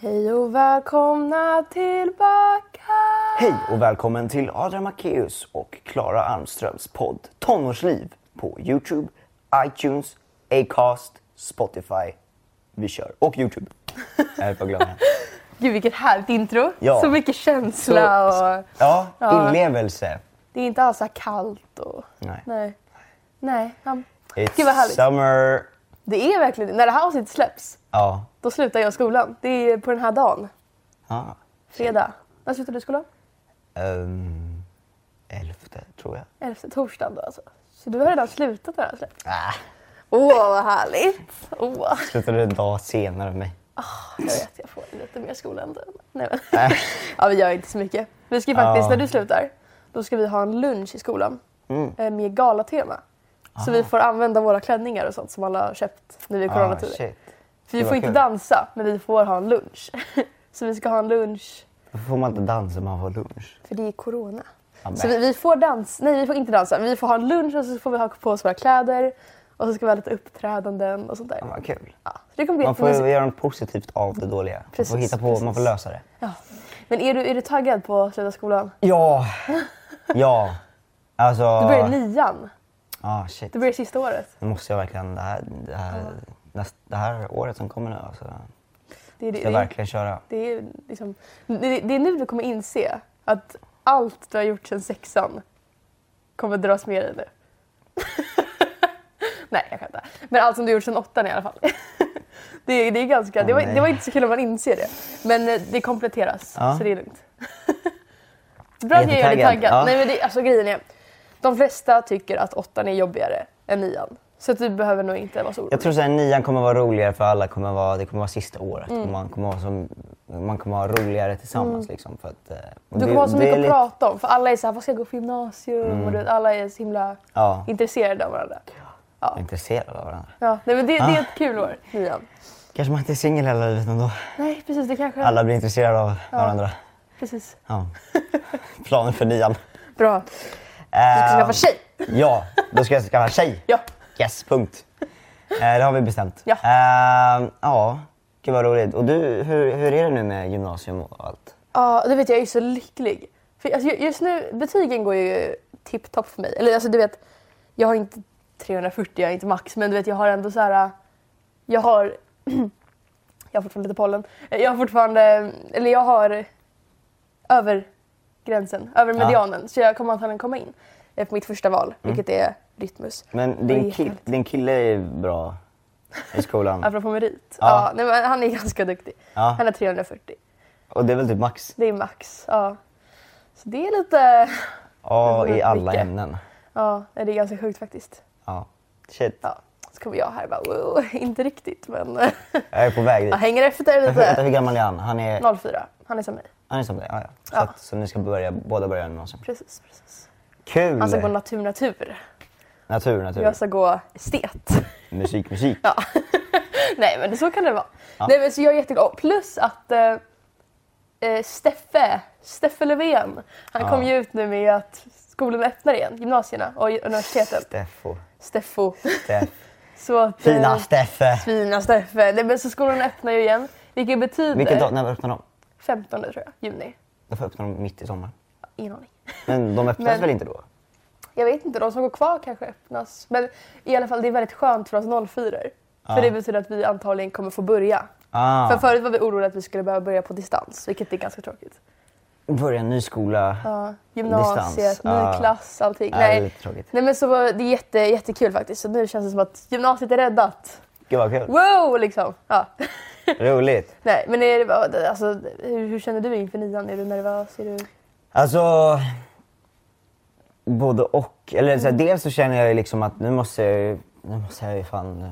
Hej och välkomna tillbaka! Hej och välkommen till Adrian Macéus och Klara Armströms podd Tonårsliv på Youtube, iTunes, Acast, Spotify. Vi kör. Och Youtube. Jag höll på att glömma den. Gud vilket härligt intro! Ja. Så mycket känsla och... Ja, Ja. inlevelse. Det är inte alls så här kallt och... Nej. Nej. Nej. ja. Gud vad It's härligt. summer. Det är verkligen När det här avsnittet släpps, Ja. då slutar jag skolan. Det är på den här dagen. ja. Fredag. När slutar du skolan? Ehm, elfte, tror jag. 11 torsdag då alltså. Så du har redan slutat när det här släpps? Ah, Åh vad härligt! Åh, slutade en dag senare än mig. jag vet jag får lite mer skola än du. Nej, men. ja, vi gör inte så mycket. Vi ska ju faktiskt, Ja. när du slutar, då ska vi ha en lunch i skolan Mm. eh, med galatema. Så vi får använda våra klänningar och sånt som alla har köpt nu i Ah, coronatider. shit. För vi Det får var inte kul. dansa, men vi får ha en lunch. så vi ska ha en lunch, Varför får man inte dansa när man får lunch? för det är corona. men. Så vi, vi får dansa, nej vi får inte dansa, men vi får ha en lunch och så får vi ha på oss våra kläder. Och så ska vi ha lite uppträdanden och sånt där. Ja, Vad kul. Ja, så det kommer bli Man får jättemysigt. göra något positivt av det dåliga. Man Precis, får, hitta på, precis. man får lösa det. Ja. Men är du, är du taggad på att sluta skolan? Ja. Ja. Alltså... Du börjar nian. ah, shit. Du börjar sista året. Nu måste jag verkligen... Det här, det här, näst, det här året som kommer nu alltså. Det är, det, Ska jag det, verkligen köra. det, är, liksom, det, det är nu du kommer inse att allt du har gjort sedan sexan kommer dras med dig nu. Nej, jag skämtar. Men allt som du har gjort sedan åttan i alla fall. det, är- det, är ganska, det, var, nej. det var inte så kul om man inser det. Men eh, det kompletteras, Ja. så det är lugnt. Bra att jag gör dig Jättetaggad, taggad. ja. Nej, men det, alltså, grejen är, de flesta tycker att åttan är jobbigare än nian. Så att du behöver nog inte vara så orolig. Jag tror att nian kommer vara roligare för alla. Kommer vara, det kommer vara sista året. Mm. Och Man, kommer vara som, man kommer vara roligare tillsammans. Liksom, för att, eh, Du och det- kommer ha så det mycket är att lite- Mm. prata om för alla är så här, vad ska jag gå för gymnasium? Och du vet, alla är så himla Ja. intresserade av varandra. Jag är intresserad av varandra. Ja, nej, men det, Ah. det är ett kul år, nian. Kanske man inte är singel hela livet ändå. Nej, precis, det kanske Alla blir intresserade av varandra. Precis. Ja. Planen för nian. Bra. Du Ehm. ska skaffa tjej! Ja, då ska jag skaffa tjej. Ja. Yes, punkt. Eh, det har vi bestämt. Ja. Eh, ja, gud vad roligt. Och du, hur, hur är det nu med gymnasium och allt? Ja, du vet jag är ju så lycklig. För alltså, ju- just nu, betygen går ju tipptopp för mig. Eller alltså du vet, jag har inte 340, jag är inte max, men du vet jag har ändå så här. Jag har... jag har fortfarande lite pollen. Jag har fortfarande, eller jag har över gränsen, över Ja. medianen. Så jag kommer antagligen komma in eh, på mitt första val, vilket är Rytmus. Men Det är din, kill, jättehärligt. din kille är bra i skolan. Apropå merit. Ja. Ja. nej, men han är ganska duktig. Ja. Han har 340. och det är väl typ max? Det är max. Ja. Så det är lite... Ja, i alla Mycket. ämnen. Ja, det är ganska sjukt faktiskt. Ja. Shit, Ja. Så kommer jag här och bara, wow, inte riktigt men jag är på väg dit. jag hänger efter Vänta, vänta, lite. hur gammal är han? Han är, 04, han är som mig. han är som dig? Ja, ja. Så, Ja. Att, så ni ska börja, båda börja gymnasium. Precis, precis. Kul! Han ska gå natur, natur. Natur, Mm, natur. Jag ska gå estet. Musik, musik. Ja. Nej men så kan det vara. Nej men så jag är jätteglad. Plus att eh, eh, Steffe, Steffe Löfven, han kom ju ut nu med att skolorna öppnar igen, gymnasierna och universiteten. Steffo. Steffo. Steff. Så att, Fina eh, Steffe! Fina Steffe. Nej, men så skolan öppnar ju igen. Vilket betyder... Vilken dag? När öppnar de? 15 tror jag. Juni. Varför öppnar de mitt i sommaren? Ingen aning. Men de öppnas Men- väl inte då? Jag vet inte, de som går kvar kanske öppnas. Men i alla fall det är väldigt skönt för oss 04 För det betyder att vi antagligen kommer få börja. Ah. För förut var vi oroliga att vi skulle behöva börja på distans, vilket är ganska tråkigt. Börja en ny skola. Ja, gymnasiet, Distans, ny ja. klass, allting. Ja, det är Nej. lite tråkigt. Nej men så var det är jätte, jättekul faktiskt. Så nu känns det som att gymnasiet är räddat. Gud vad kul. Wow liksom! Ja. Roligt. Nej men är det, alltså, hur, hur känner du inför nian? Är du nervös? Är du... Alltså... Både och. Eller så här, Mm. dels så känner jag ju liksom att nu måste jag ju, nu måste jag ju fan eh,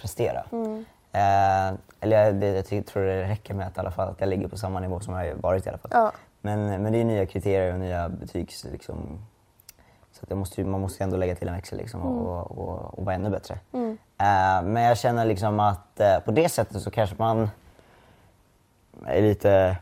prestera. Mm. Eh, eller jag, det, jag ty- tror det räcker med att, i alla fall, att jag ligger på samma nivå som jag har varit i alla fall. Ja. Men, men det är ju nya kriterier och nya betygs... Liksom, så att jag måste, ju- man måste ju ändå lägga till en växel liksom, Mm. och, och, och vara ännu bättre. Eh, men jag känner liksom att eh, på det sättet så kanske man är lite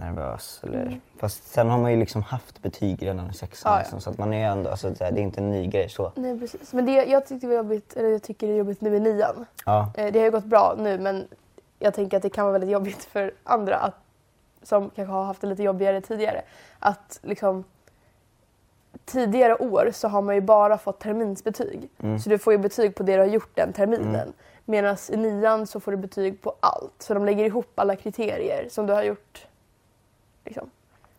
nervös. Eller, Fast sen har man ju liksom haft betyg redan i sexan. Mm. Ja, ja. liksom, så att man är ju ändå, alltså, det är inte en ny grej. Så. Nej precis. Men det, jag tyckte det var jobbigt, eller jag tycker det är jobbigt nu i nian. Ja. Eh, Det har ju gått bra nu men jag tänker att det kan vara väldigt jobbigt för andra att, som kanske har haft det lite jobbigare tidigare. Att liksom, tidigare år så har man ju bara fått terminsbetyg. mm. Så du får ju betyg på det du har gjort den terminen. Medan i nian så får du betyg på allt. Så de lägger ihop alla kriterier som du har gjort. Liksom.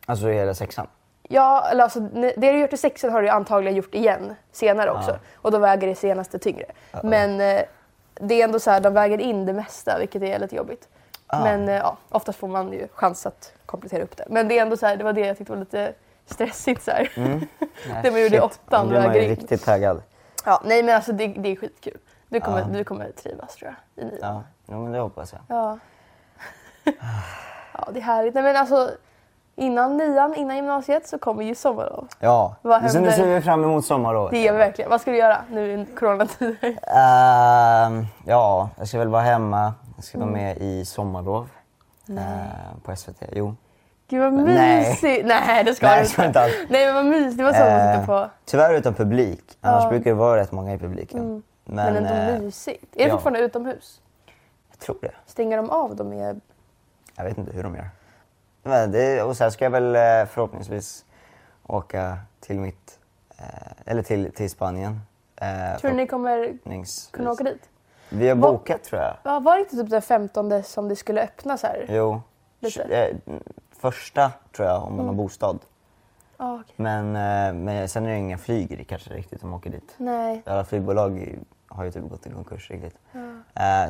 Alltså hela sexan? Ja, eller alltså, ne- det du gjort i sexan har du ju antagligen gjort igen senare också. Ja. Och då väger det senaste tyngre. Men eh, det är ändå så här, de väger in det mesta vilket är lite jobbigt. Ah. Men eh, ja, oftast får man ju chans att komplettera upp det. Men det är ändå så här, det var det jag tyckte var lite stressigt så här. det man gjorde i Mm. Shit, åttan Nu är man väger ju in. riktigt taggad. Ja, nej men alltså det, det är skitkul. Du kommer, Ja. du kommer trivas tror jag i nian. Ja, jo, men det hoppas jag. Ja. ja, det är härligt. Nej, men alltså, innan nian, innan gymnasiet så kommer ju sommarlov. Ja, Vad så nu händer? ser vi fram emot sommarlovet. Det gör vi verkligen. Vad ska du göra nu i coronatider? Ehm, ja, jag ska väl vara hemma. Jag ska Mm. vara med i sommarlov. eh, på SVT. Jo. Gud vad Nej. mysigt! Nej, det ska Nej, du jag ska inte. inte alls. Nej men vad mysigt, det var så att titta Eh, på. Tyvärr utan publik. Annars Ja. Mm. brukar det vara rätt många i publiken. Men, Men, ändå eh, mysigt. Är det ja. fortfarande utomhus? jag tror det. Stänger de av dem med... Jag vet inte hur de gör. Men det, och sen ska jag väl eh, förhoppningsvis åka till mitt... Eh, eller till, till Spanien. Eh, Tror du ni kommer förhoppningsvis. kunna åka dit? Vi har Va- bokat tror jag. Ja, Var det inte typ den 15 som det skulle öppnas här? Jo. Lite. Mm. Eh, Första tror jag om man har bostad. Ja, okej. Men, eh, men sen är det inga flyg kanske riktigt som åker dit. Nej. Alla flygbolag har ju typ gått i konkurs riktigt. Eh,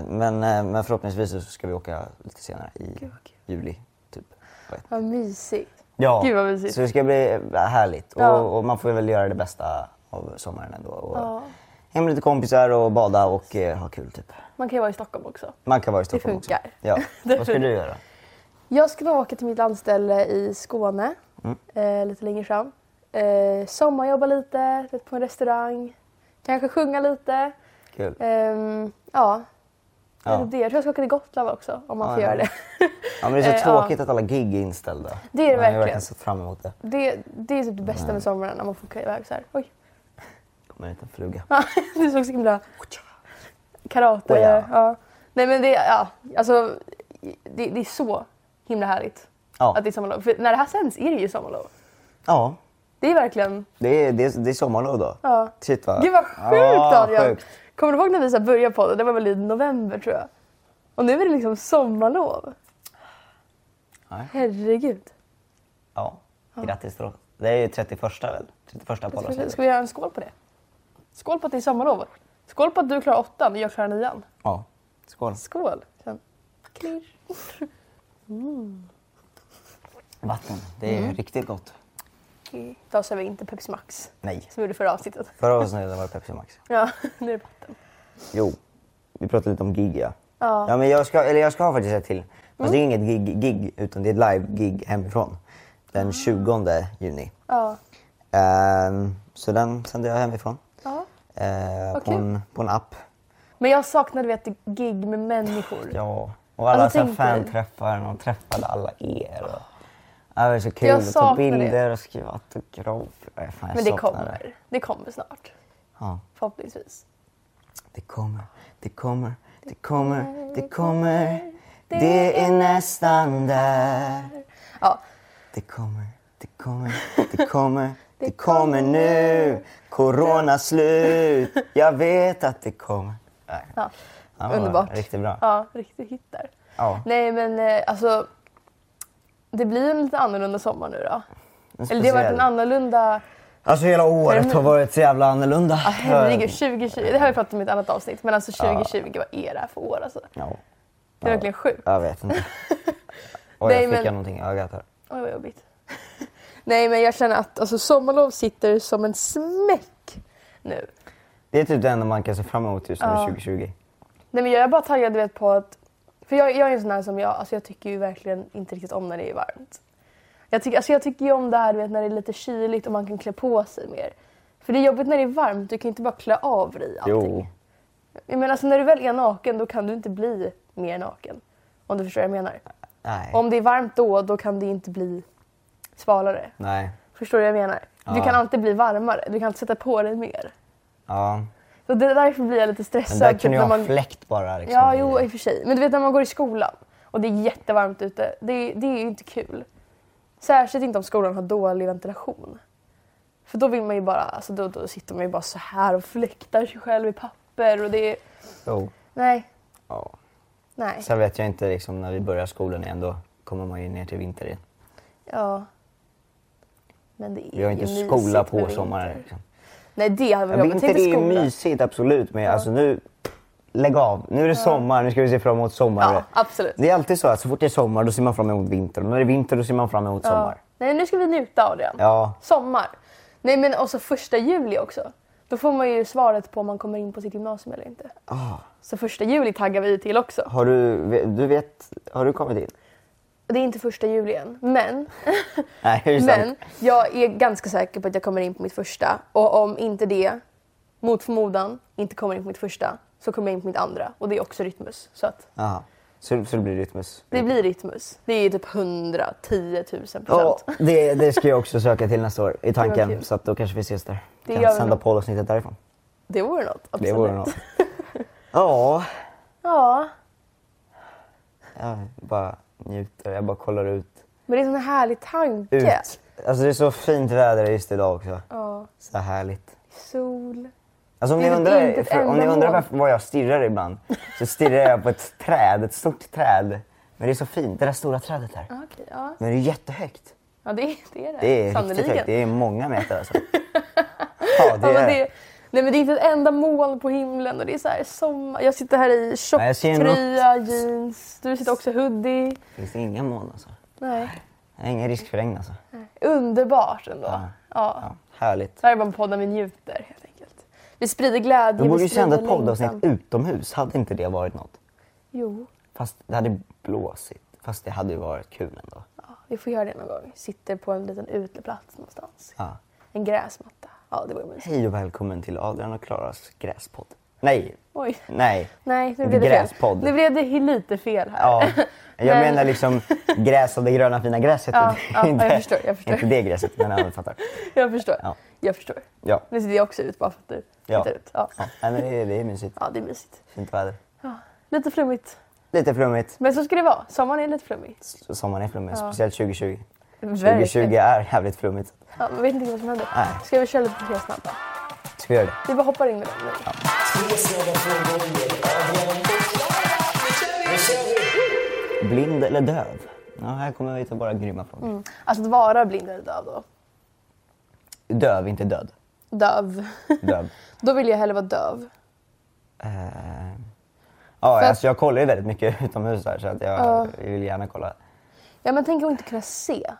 Men, eh, men förhoppningsvis så ska vi åka lite senare i Gud, vad kul. juli. Typ. Jag vet. Vad mysigt. Ja, Gud, vad mysigt. så det ska bli eh, härligt. Ja. Och, och man får väl göra det bästa av sommaren ändå. Och Ja. Hem med lite kompisar och bada och eh, ha kul typ. Man kan ju vara i Stockholm också. Man kan vara i Stockholm funkar. också. Ja. Det Vad ska funkar. du göra? Jag ska nog åka till mitt landställe i Skåne Mm. eh, lite längre fram. Eh, sommarjobba lite, vet, på en restaurang. Kanske sjunga lite. Kul. Ehm, ja, Ja. Det är det. Jag tror jag ska åka till Gotland också om man Ja, får ja. göra det. Ja, men det är Eh, så ja. tråkigt att alla gig är inställda. Det är det Man har ju verkligen. verkligen sett fram emot det. det. Det är typ det bästa med sommaren när man får åka iväg så här. Oj, Kommer en liten fluga. det såg så himla... Karate. Oh, ja. ja. Nej men det, ja, alltså, det, det är så himla härligt Ja. att det är sommarlov. För när det här sänds är det ju sommarlov. Ja, Det är verkligen det är, det är, det är sommarlov då. Ja. Shit vad... Gud vad sjukt ja, Adrian! sjukt. Kommer du ihåg när vi så här började podden? Det var väl i november tror jag. Och nu är det liksom sommarlov. Nej. Herregud. Ja, grattis då. Det är ju 31 väl? 31 Ska, podden. ska vi göra en skål på det? Skål på att det är sommarlov. Skål på att du klarar åttan och jag klarar nian. Ja. Skål. Skål. Sen. Klirr. Vatten. Det är Mm. riktigt gott. Okej. Idag så är vi inte Pepsi Max Nej. som vi gjorde förra avsnittet. Förra avsnittet var det Pepsi Max. Ja, nu är det vatten. Jo, vi pratade lite om gig ja. Ja. Mm. men jag ska, eller jag ska ha faktiskt ett till. Fast det är inget gig, gig utan det är ett live-gig hemifrån. Ah. Den 20 juni. Ja. Ehm, så den sänder jag hemifrån. ja. Ehm, Vad på, kul. en, på en app. Men jag saknade vet du, gig med människor. Ja, och alla Alltså, alltså, tänk dig. fanträffar och träffade alla er. Och, ja, det var så kul Jag att saknar ta det. bilder och skriva autografer. Nej, fan, Men jag det saknar kommer. Det kommer snart. Ja, Förhoppningsvis. det kommer, det kommer, det kommer, det kommer. Det är nästan där. Ja. Det kommer, det kommer, det kommer, det kommer nu. Corona slut. Jag vet att det kommer. Nej. ja. Ja, det var Underbart. Riktigt bra. Ja, riktigt hit där. Ja. Nej men eh, alltså. Det blir en lite annorlunda sommar nu då. En Eller det har varit en speciell- annorlunda, Alltså hela året har varit så jävla annorlunda. ah, herregud 2020, det har vi pratat om i ett annat avsnitt, men alltså 2020 vad är det här för år alltså? Ja, Det är verkligen sjukt. jag vet inte. Oj, Nej, jag fick men- jag någonting i ögat här. Oj vad jobbigt. Nej men jag känner att alltså, sommarlov sitter som en smäck nu. Det är typ det enda man kan se fram emot just nu Ja. 2020. Nej men jag är bara taggad du vet på att, för jag, jag är en sån här som jag, alltså jag tycker ju verkligen inte riktigt om när det är varmt. Jag tycker, alltså jag tycker ju om det här du vet, när det är lite kyligt och man kan klä på sig mer. För det är jobbigt när det är varmt, du kan ju inte bara klä av dig allting. Jo. Jag menar, alltså, när du väl är naken då kan du inte bli mer naken. Om du förstår vad jag menar. Nej. Om det är varmt då, då kan det inte bli svalare. Nej. Förstår du vad jag menar? Du Ja. kan alltid bli varmare, du kan alltid sätta på dig mer. Ja. Så Och det, därför blir jag lite Men stressad. där typ, kan du när ha man... fläkt bara. Liksom, Ja, i- jo i och för sig. Men du vet när man går i skolan och det är jättevarmt ute. Det, det är ju inte kul. Särskilt inte om skolan har dålig ventilation. För då vill man ju bara, alltså då, då sitter man ju bara så här och fläktar sig själv i papper och det är... Jo. Nej, Ja. nej. Sen vet jag inte, liksom, när vi börjar skolan igen då kommer man ju ner till vinter igen. Ja. Men det är Vi har inte ju skola mysigt med på vinter. sommaren. Liksom. Nej, det hade varit Jag jobbigt. vinter Tänk är dig skola. mysigt absolut men alltså nu, lägg av. Nu är det sommar, nu ska vi se fram emot sommar. Ja, absolut. Det är alltid så att så fort det är sommar då ser man fram emot vinter och när det är vinter då ser man fram emot sommar. Ja. Nej, nu ska vi njuta Adrian. Ja, Sommar. Nej, men också första juli också. Då får man ju svaret på om man kommer in på sitt gymnasium eller inte. Så första juli taggar vi till också. Ah, har du, du vet, har du kommit in? Det är inte första juli än, men, Nej, det är men sant. jag är ganska säker på att jag kommer in på mitt första. Och om inte det, mot förmodan, inte kommer in på mitt första så kommer jag in på mitt andra. Och det är också Rytmus. Så att Jaha. Så, så det blir Rytmus? det blir Rytmus. Det är typ 110 000 procent. Ja, det, det ska jag också söka till nästa år i Det var tanken kul. så att då kanske vi ses där. Det kan gör vi sända nog. poddavsnittet därifrån. Det vore något. Absolut. Det vore något. Ja, Ja. jag bara njuter. Jag bara kollar ut. Men det är en sån härlig tanke. Ut. Alltså det är så fint väder just idag också. Ja. Så härligt. Sol. Alltså om Det ni är inte undrar, ett för, om ni enda undrar moln. varför, var jag stirrar ibland så stirrar jag på ett träd, ett stort träd. Men det är så fint, det där stora trädet här. Ja, Okej, ja. Men det är jättehögt. ja det, är- det är det. Det är riktigt Sannoliken. högt, det är många meter alltså. Ja, Ja, det men är det, nej men det är inte ett enda moln på himlen och det är så här sommar. Jag sitter här i tjock Nej, jag ser tröja, jeans. Du sitter också i hoodie. Finns det inga moln alltså? Nej. Det är Ingen risk för regn alltså. Underbart ändå. Ja. Ja. Ja, härligt. Det här är bara en podd där vi njuter helt enkelt. Vi sprider glädje. Vi borde vi ju sända ett sprider poddavsnitt längtan. utomhus, hade inte det varit något? Jo, Fast det hade blåsigt. Fast det hade ju varit kul ändå. ja, vi får göra det någon gång. Sitter på en liten uteplats någonstans. Ja. En gräsmatta. Ja, det vore mysigt. Hej och välkommen till Adrian och Klaras gräspodd. Nej, Oj. nej. Nej, nu Ett blev det fel. gräspodd. Nu blev det lite fel här. Ja, jag Men- menar liksom gräs av det gröna fina gräset. Ja, ja, jag förstår, jag förstår. Inte det gräset, men jag fattar. Jag förstår. Ja. Jag förstår. Ja. Nu sitter jag också ut bara för att du Ja. tittar ut. Ja. ja. Nej, men det, är, det är mysigt. ja, det är mysigt. Fint väder. Lite flummigt. Lite flummigt. Men så ska det vara. Sommaren är lite flummig. S- Sommaren är flummig, Ja. speciellt 2020. Verkligen. 2020 är jävligt flummigt. Ja, man vet inte vad som händer. Nej. Ska vi köra lite tre snabba? Ska vi göra det? Vi bara hoppar in med den nu. Blind eller döv? Ja, här kommer vi till bara grymma frågor. Alltså att vara blind eller döv då. Döv, inte död. Döv. Döv. då vill jag hellre vara döv. Eh, ja, För- alltså jag kollar ju väldigt mycket utomhus här så att jag vill gärna kolla. Ja, men tänk att inte kunna se.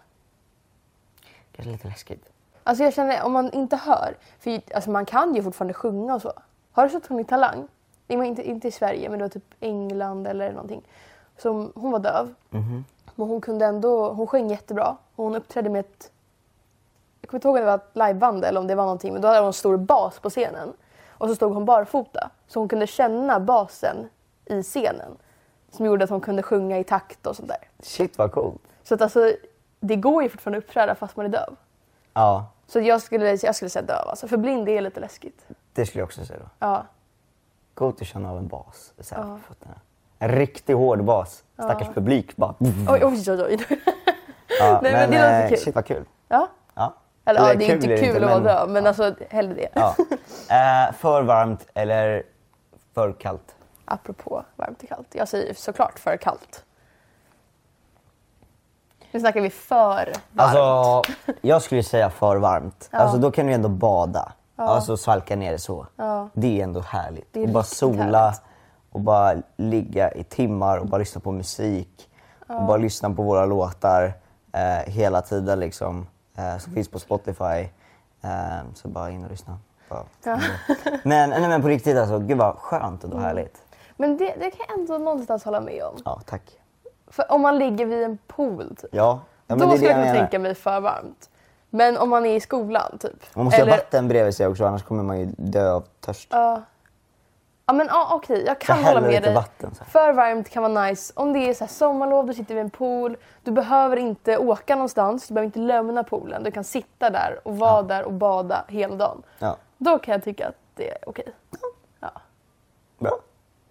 Kanske lite läskigt. Alltså jag känner om man inte hör. För alltså man kan ju fortfarande sjunga och så. Har du sett hon i Talang? Nej, men Inte, inte i Sverige men det var typ England eller någonting. Som, hon var döv. Men hon kunde ändå, hon sjöng jättebra. Och hon uppträdde med ett, jag kommer inte ihåg om det var ett liveband eller om det var någonting. Men då hade hon en stor bas på scenen. Och så stod hon barfota. Så hon kunde känna basen i scenen. Som gjorde att hon kunde sjunga i takt och sånt där. Shit vad coolt. Så att alltså, det går ju fortfarande att uppträda fast man är döv. Ja, Så jag skulle, jag skulle säga döv alltså. För blind det är lite läskigt. det skulle jag också säga då. Ja. Mm. Coolt att känna av en bas. Så här, på fötterna. En riktig hård bas. Stackars publik bara. Oj, oj, oj. oj. Ja, Nej, men det låter eh, kul. Shit vad kul. Ja. Ja. Eller ja, det är kul inte kul att vara men- döv men alltså hellre det. Ja. Eh, för varmt eller för kallt? Apropå varmt och kallt. Jag säger såklart för kallt. Nu snackar vi för varmt. Alltså, jag skulle säga för varmt. Alltså, då kan du ändå bada. Alltså svalka ner det så. Det är ändå härligt. Det är och bara riktigt sola härligt. och bara ligga i timmar och bara lyssna på musik. Och bara lyssna på våra låtar eh, hela tiden liksom. Eh, som finns på Spotify. Eh, så bara in och lyssna. Bara. Men, nej, men på riktigt alltså, gud vad skönt och Mm. då härligt. Men det, det kan jag ändå någonstans hålla med om. Ja, tack. För om man ligger vid en pool typ, Ja, ja men det då är det skulle jag menar. kunna tänka mig för varmt. Men om man är i skolan typ. Man måste eller- ha vatten bredvid sig också annars kommer man ju dö av törst. Ja men ah, okej, jag kan Så hålla häller med lite dig. vatten så här. För varmt kan vara nice. Om det är så här sommarlov, du sitter vid en pool. Du behöver inte åka någonstans, du behöver inte lämna poolen. Du kan sitta där och vara där och bada hela dagen. Ja. Då kan jag tycka att det är okej. Bra.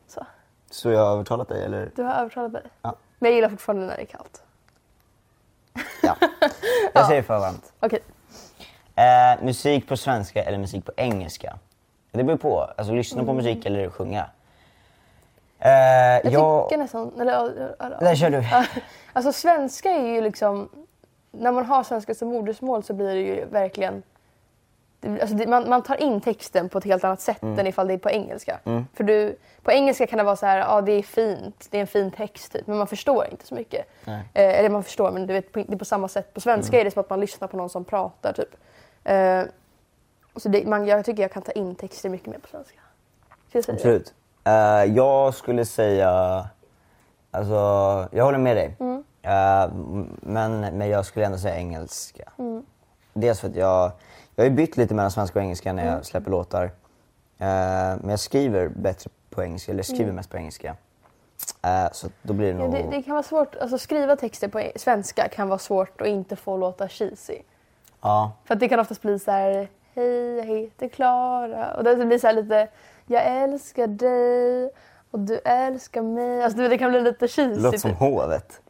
Så. Så jag har övertalat dig eller? Du har övertalat mig. Ja. Men jag gillar fortfarande när det är kallt. Ja. Jag säger för varmt. Okej. Eh, musik på svenska eller musik på engelska? Det beror på. Alltså lyssna på musik eller sjunga. Eh, Mm. Jag, jag... tycker nästan... Eller, ja, ja, ja. Där kör du. Ja. Alltså svenska är ju liksom... När man har svenska som modersmål så blir det ju verkligen... det blir- Alltså det, man, man tar in texten på ett helt annat sätt Mm. än ifall det är på engelska. För du, på engelska kan det vara så här, ja det är fint, det är en fin text typ, men man förstår inte så mycket. Nej. Mm. Eh, eller man förstår men du vet, på, det är på samma sätt. På svenska är det som att man lyssnar på någon som pratar typ. Eh, så det, man, jag tycker jag kan ta in texter mycket mer på svenska. Så jag säger det. Absolut. Eh, jag skulle säga... Alltså, jag håller med dig. Mm. Eh, m- men, men jag skulle ändå säga engelska. Mm. Dels för att jag, jag har ju bytt lite mellan svenska och engelska när Mm. jag släpper låtar. Eh, men jag skriver bättre på engelska, eller skriver mest på engelska. Eh, så då blir det Mm. Ja, nog... det, det kan vara svårt, alltså skriva texter på e- svenska kan vara svårt att inte få låta cheesy. Ja, För att det kan oftast bli så här, hej jag heter Klara och det blir så här lite, jag älskar dig och du älskar mig. Alltså du vet, det kan bli lite det cheesy. låter som typ. hovet.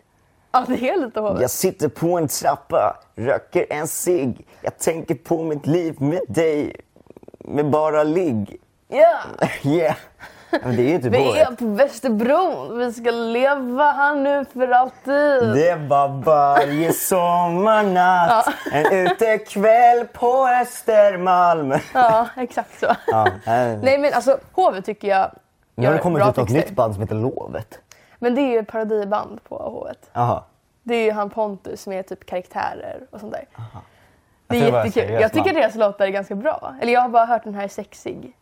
Ja det är lite hovet. Jag sitter på en trappa, röker en cigg. Jag tänker på mitt liv med dig, med bara ligg. Ja! Yeah! Men det är ju typ Vi är håret. på Västerbron, vi ska leva här nu för alltid. Det var varje sommarnatt en utekväll på Östermalm. Ja exakt så. Ja, nej. Nej men alltså hovet tycker jag nu har det gör kommit bra ut något texter. nytt band som heter Lovet. Men det är ju ett parodiband på hovet. Jaha. Det är ju han Pontus med typ karaktärer och sånt där. Det Jag tror det är var jättekul. seriöst, Jag tycker man. deras låtar är ganska bra. Eller jag har bara hört den här Sexig.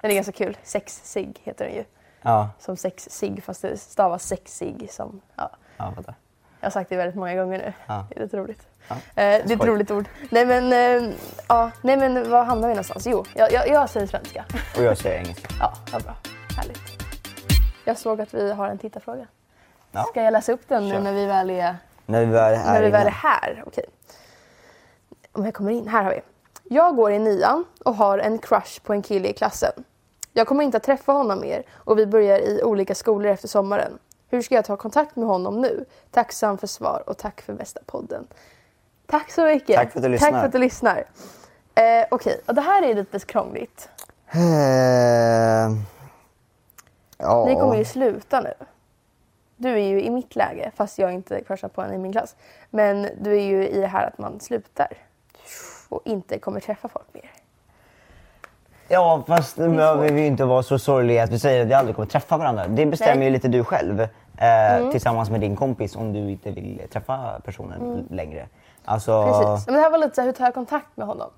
Den är ganska kul. Sexig heter den ju. Ja, Som sexig fast det stavas sexig som... Ja. ja jag fattar. Jag har sagt det väldigt många gånger nu. Ja. Det är lite roligt. Ja. Eh, det är ett Skoj. roligt ord. Nej men, eh, ja. Nej men var hamnar vi någonstans? Jo, jag, jag, jag säger svenska. Och jag säger engelska. Ja, vad bra. Härligt. Jag såg att vi har en tittarfråga. Ja. Ska jag läsa upp den nu Kör. när vi väl är När vi väl är när här vi väl är inne. här. Okej. Om jag kommer in. Här har vi. Jag går i nian och har en crush på en kille i klassen. Jag kommer inte att träffa honom mer och vi börjar i olika skolor efter sommaren. Hur ska jag ta kontakt med honom nu? Tacksam för svar och tack för bästa podden. Tack så mycket. Tack för att du lyssnar. Tack för att du lyssnar. Eh, Okej, och det här är lite krångligt. Eh, ja. Ni kommer ju sluta nu. Du är ju i mitt läge, fast jag inte crushar på en i min klass. Men du är ju i det här att man slutar och inte kommer träffa folk mer. Ja, fast nu är behöver svårt. vi ju inte vara så sorgliga att vi säger att vi aldrig kommer träffa varandra. Det bestämmer Nej. Mm. ju lite du själv eh, tillsammans med din kompis om du inte vill träffa personen längre. Alltså, Mm. Precis. Men det här var lite så här, hur tar jag kontakt med honom?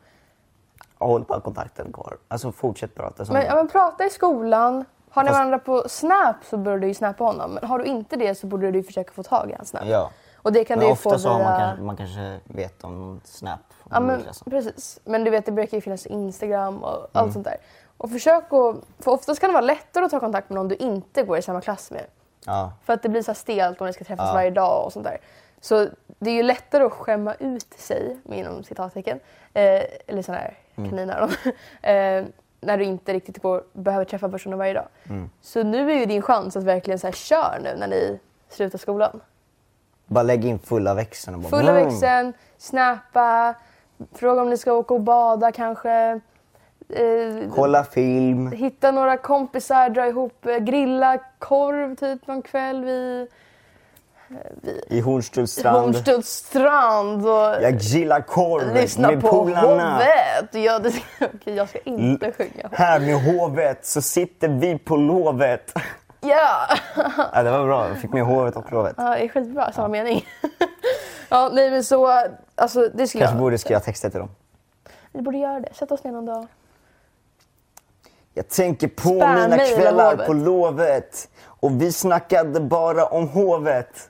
håll bara kontakten kvar. Alltså fortsätt prata. Som Men, ja, men prata i skolan. Har ni Fast- varandra på Snap så borde du ju snappa honom. Men har du inte det så borde du försöka få tag i hans Snap. Ja. Och det kan Men du ju ofta få så har via- man, kanske, Mm, alltså. man kanske vet om Snap. Ja, om men, klassen. precis. Men du vet, det brukar ju finnas Instagram och allt Mm. sånt där. Och försök att... För oftast kan det vara lättare att ta kontakt med någon du inte går i samma klass med. ja. För att det blir så här stelt om ni ska träffas Ja. varje dag och sånt där. Så det är ju lättare att skämma ut sig, med inom citattecken, eh, eller sådana här kaniner, eh, när du inte riktigt går, behöver träffa personen varje dag. Så nu är ju din chans att verkligen så här, kör nu när ni slutar skolan. Bara lägg in fulla växeln. Och bara, "Mm, Fulla vroom. växeln, snappa, fråga om ni ska åka och bada kanske. Eh, Kolla film. Hitta några kompisar, dra ihop, eh, grilla korv typ någon kväll vid I Hornstulls strand. Hornstulls strand och Jag gillar korv lyssna med på polarna. hovet. Ja, det, okej, jag ska inte L- sjunga. Här med hovet så sitter vi på lovet. Ja, Ja, det var bra. Jag fick med hovet och lovet. Ja, det är skitbra, samma mening. ja, nej men så, alltså det skulle Kanske jag. borde skriva texter till dem. Vi borde göra det, sätta oss ner någon dag. Jag tänker på Spär mina mig eller kvällar hovet. på lovet och vi snackade bara om hovet.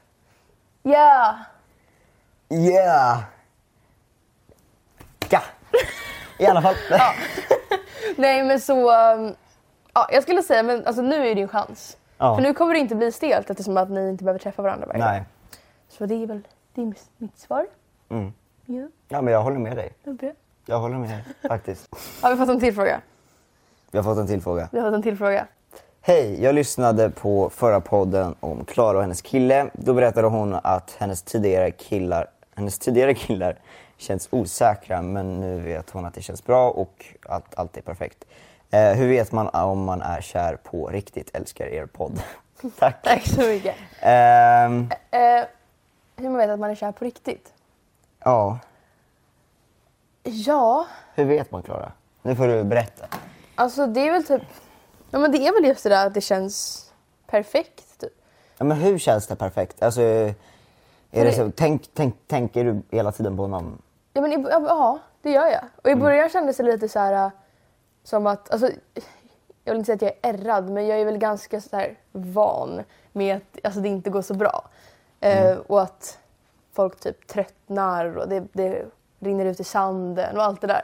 Ja, Yeah! Ja! I alla fall. nej men så, um, ja jag skulle säga men alltså nu är din chans. Ja. För nu kommer det inte bli stelt eftersom att ni inte behöver träffa varandra varje dag. Nej. Så det är väl, det är mitt- mitt svar. Mm. Ja, Ja, men jag håller med dig. det är bra. Jag håller med dig, faktiskt. Har vi fått en till fråga? Vi har fått en till fråga. Vi har fått en till fråga. Hej, jag lyssnade på förra podden om Klara och hennes kille. Då berättade hon att hennes tidigare killar, hennes tidigare killar känns osäkra men nu vet hon att det känns bra och att allt är perfekt. Eh, hur vet man om man är kär på riktigt? Älskar er podd. Tack. Tack så mycket. Ehm, Eh, hur man vet att man är kär på riktigt? ja, Ja, hur vet man Klara? Nu får du berätta. alltså det är väl typ... Ja, men det är väl just det där att det känns perfekt. Typ. Ja, men hur känns det perfekt? Alltså, är det det- så, tänk, tänk, tänker du hela tiden på någon? Ja, men i, ja, ja, det gör jag. Och i början kändes det lite så här äh, som att, alltså, jag vill inte säga att jag är ärrad, men jag är väl ganska så här van med att alltså, det inte går så bra. Eh, och att folk typ tröttnar och det, det rinner ut i sanden och allt det där.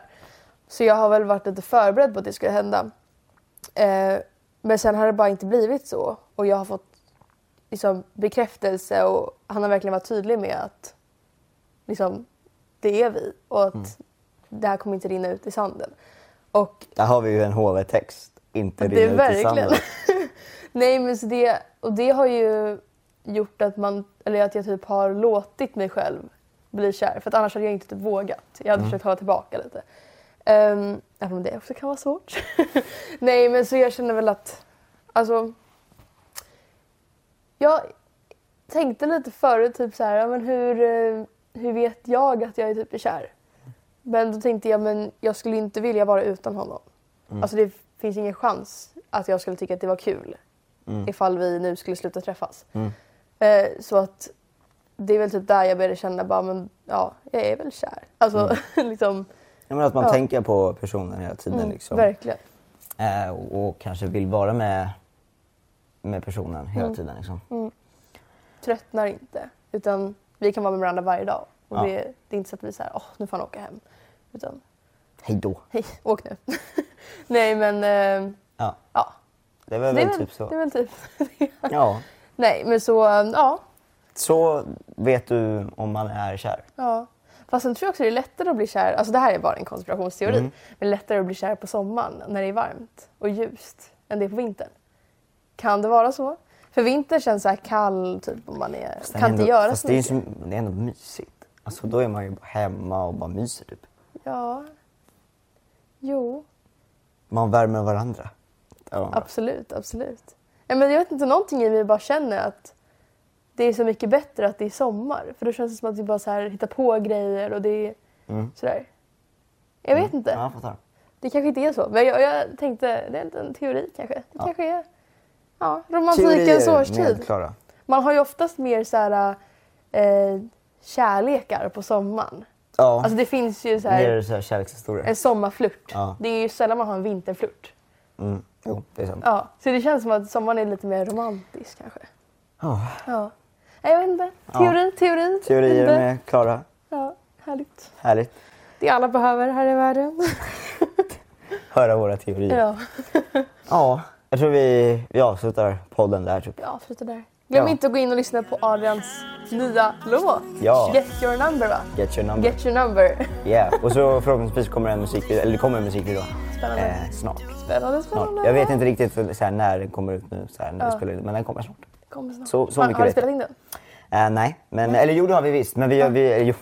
Så jag har väl varit lite förberedd på att det skulle hända. Eh, men sen har det bara inte blivit så och jag har fått liksom, bekräftelse och han har verkligen varit tydlig med att liksom, det är vi och att det här kommer inte rinna ut i sanden. Och Där har vi ju en HV-text. Inte det är rinna ut i verkligen... sanden. Nej men så det, och det har ju gjort att man, eller att jag typ har låtit mig själv bli kär för att annars hade jag inte typ vågat. Jag hade försökt hålla tillbaka lite. Ehm, även om det också kan vara svårt. Nej men så jag känner väl att, alltså. Jag tänkte lite förut typ så här, ja, men hur, eh, hur vet jag att jag är typ kär? Men då tänkte jag, men jag skulle inte vilja vara utan honom. Alltså det finns ingen chans att jag skulle tycka att det var kul ifall vi nu skulle sluta träffas. Mm. Eh, så att det är väl typ där jag började känna bara, men ja, jag är väl kär. Alltså Mm. liksom, Ja, men att man Ja. Mm, tänker på personen hela tiden. liksom. verkligen. Eh, och, och kanske vill vara med, med personen hela Mm. tiden. Liksom. Tröttnar inte. Utan vi kan vara med varandra varje dag. Och Ja. det, det är inte så att vi säger, åh, nu får han åka hem. Utan, Hej då. hej, åk nu. Nej men, eh, Ja, ja. det var Det är, väl väl, typ så. det är väl typ Ja. Nej men så, eh, ja. Så vet du om man är kär. ja. Fast sen tror jag också det är lättare att bli kär, alltså det här är bara en konspirationsteori, Mm. men lättare att bli kär på sommaren när det är varmt och ljust än det är på vintern. Kan det vara så? För vintern känns så här kall typ om man är, Fast den är kan inte ändå- göra fast så det är, ju mycket. så, det är ändå mysigt. Alltså, då är man ju bara hemma och bara myser typ. Ja. Jo, Man värmer varandra. Ja. absolut, absolut. Ja, men jag vet inte, någonting i mig bara känner att det är så mycket bättre att det är sommar. För då känns det som att vi bara så här hittar på grejer och det är sådär. Jag vet inte. Mm. Ja, jag fattar. Det kanske inte är så. Men jag, jag tänkte, det är inte en teori kanske. Det kanske är ja, romantikens Teorier årstid. med Klara. Man har ju oftast mer så här, eh, kärlekar på sommaren. Ja, Alltså det finns ju så här, mer så här kärlekshistorier. en sommarflört. Ja. Det är ju sällan man har en vinterflört. Mm. Jo, det är sant. Ja, så det känns som att sommaren är lite mer romantisk kanske. Ja. Ja. Nej, jag vet inte. Teori, teori. Teorier inte. med Klara. Ja, härligt. Härligt. Det alla behöver här i världen. Höra våra teorier. Ja. ja, jag tror vi, vi avslutar podden där typ. vi avslutar där. Glöm Ja. inte att gå in och lyssna på Adrians nya låt. Ja. Get your number va? Get your number. Get your number. Yeah. Och så förhoppningsvis kommer en musikvideo, eller det kommer en musikvideo Spännande. eh, snart. Spännande, spännande. snart. Jag vet inte riktigt så här, när den kommer ut nu, så här, när vi spelar in, men den kommer snart. Kommer snart. Så- så har, mycket har du vet jag. spelat in den? Eh, nej, men, eller jo det har vi visst, men vi, har- vi, eh, jo,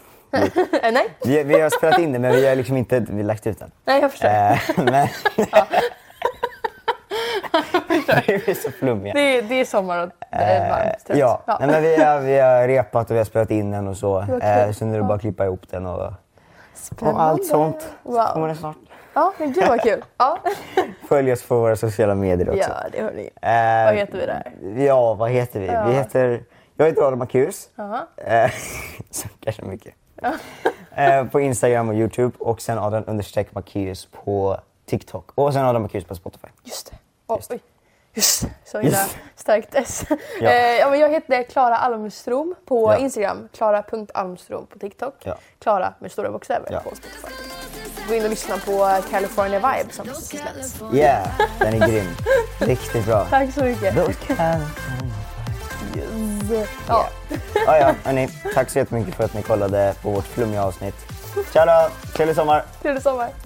Eh, nej. vi, vi har spelat in det men vi har liksom inte vi har lagt ut den. nej, jag förstår. Eh, men... vi är så flummiga. Det, är, det är sommar och det är Eh, varmt. tror jag. Eh, Ja, Nej, men vi, har, vi har repat och vi har spelat in den och så. Vad Eh, kul. så nu är det bara att klippa ihop den och, och Spännande. allt sånt. Så kommer Wow. den snart. Ja, men gud vad kul. Ja, Följ oss på våra sociala medier också. ja det hörni. Eh, Vad heter vi där? Ja, vad heter vi? Ja. Vi heter... Jag heter Adam Akus. Ja. Eh, så kanske mycket. eh, på Instagram och Youtube och sen Adam understreck Makius på TikTok. Och sen Adam Makius på Spotify. Just det. Oh, Just oj. Just det. Så himla Just det. starkt S. Ja. Ja. ja, men jag heter Klara Almstrom på Ja. Instagram. Klara.almstrom på TikTok. Ja. Klara med stora bokstäver Ja. på Spotify. Gå in och lyssna på California Vibe som precis släppts. Yeah, den är grym. Riktigt bra. Tack så mycket. Då kan... Yes. Ja. Ah, ja, hörni, tack så jättemycket för att ni kollade på vårt flummiga avsnitt. Tja då! Trevlig sommar! Trevlig sommar.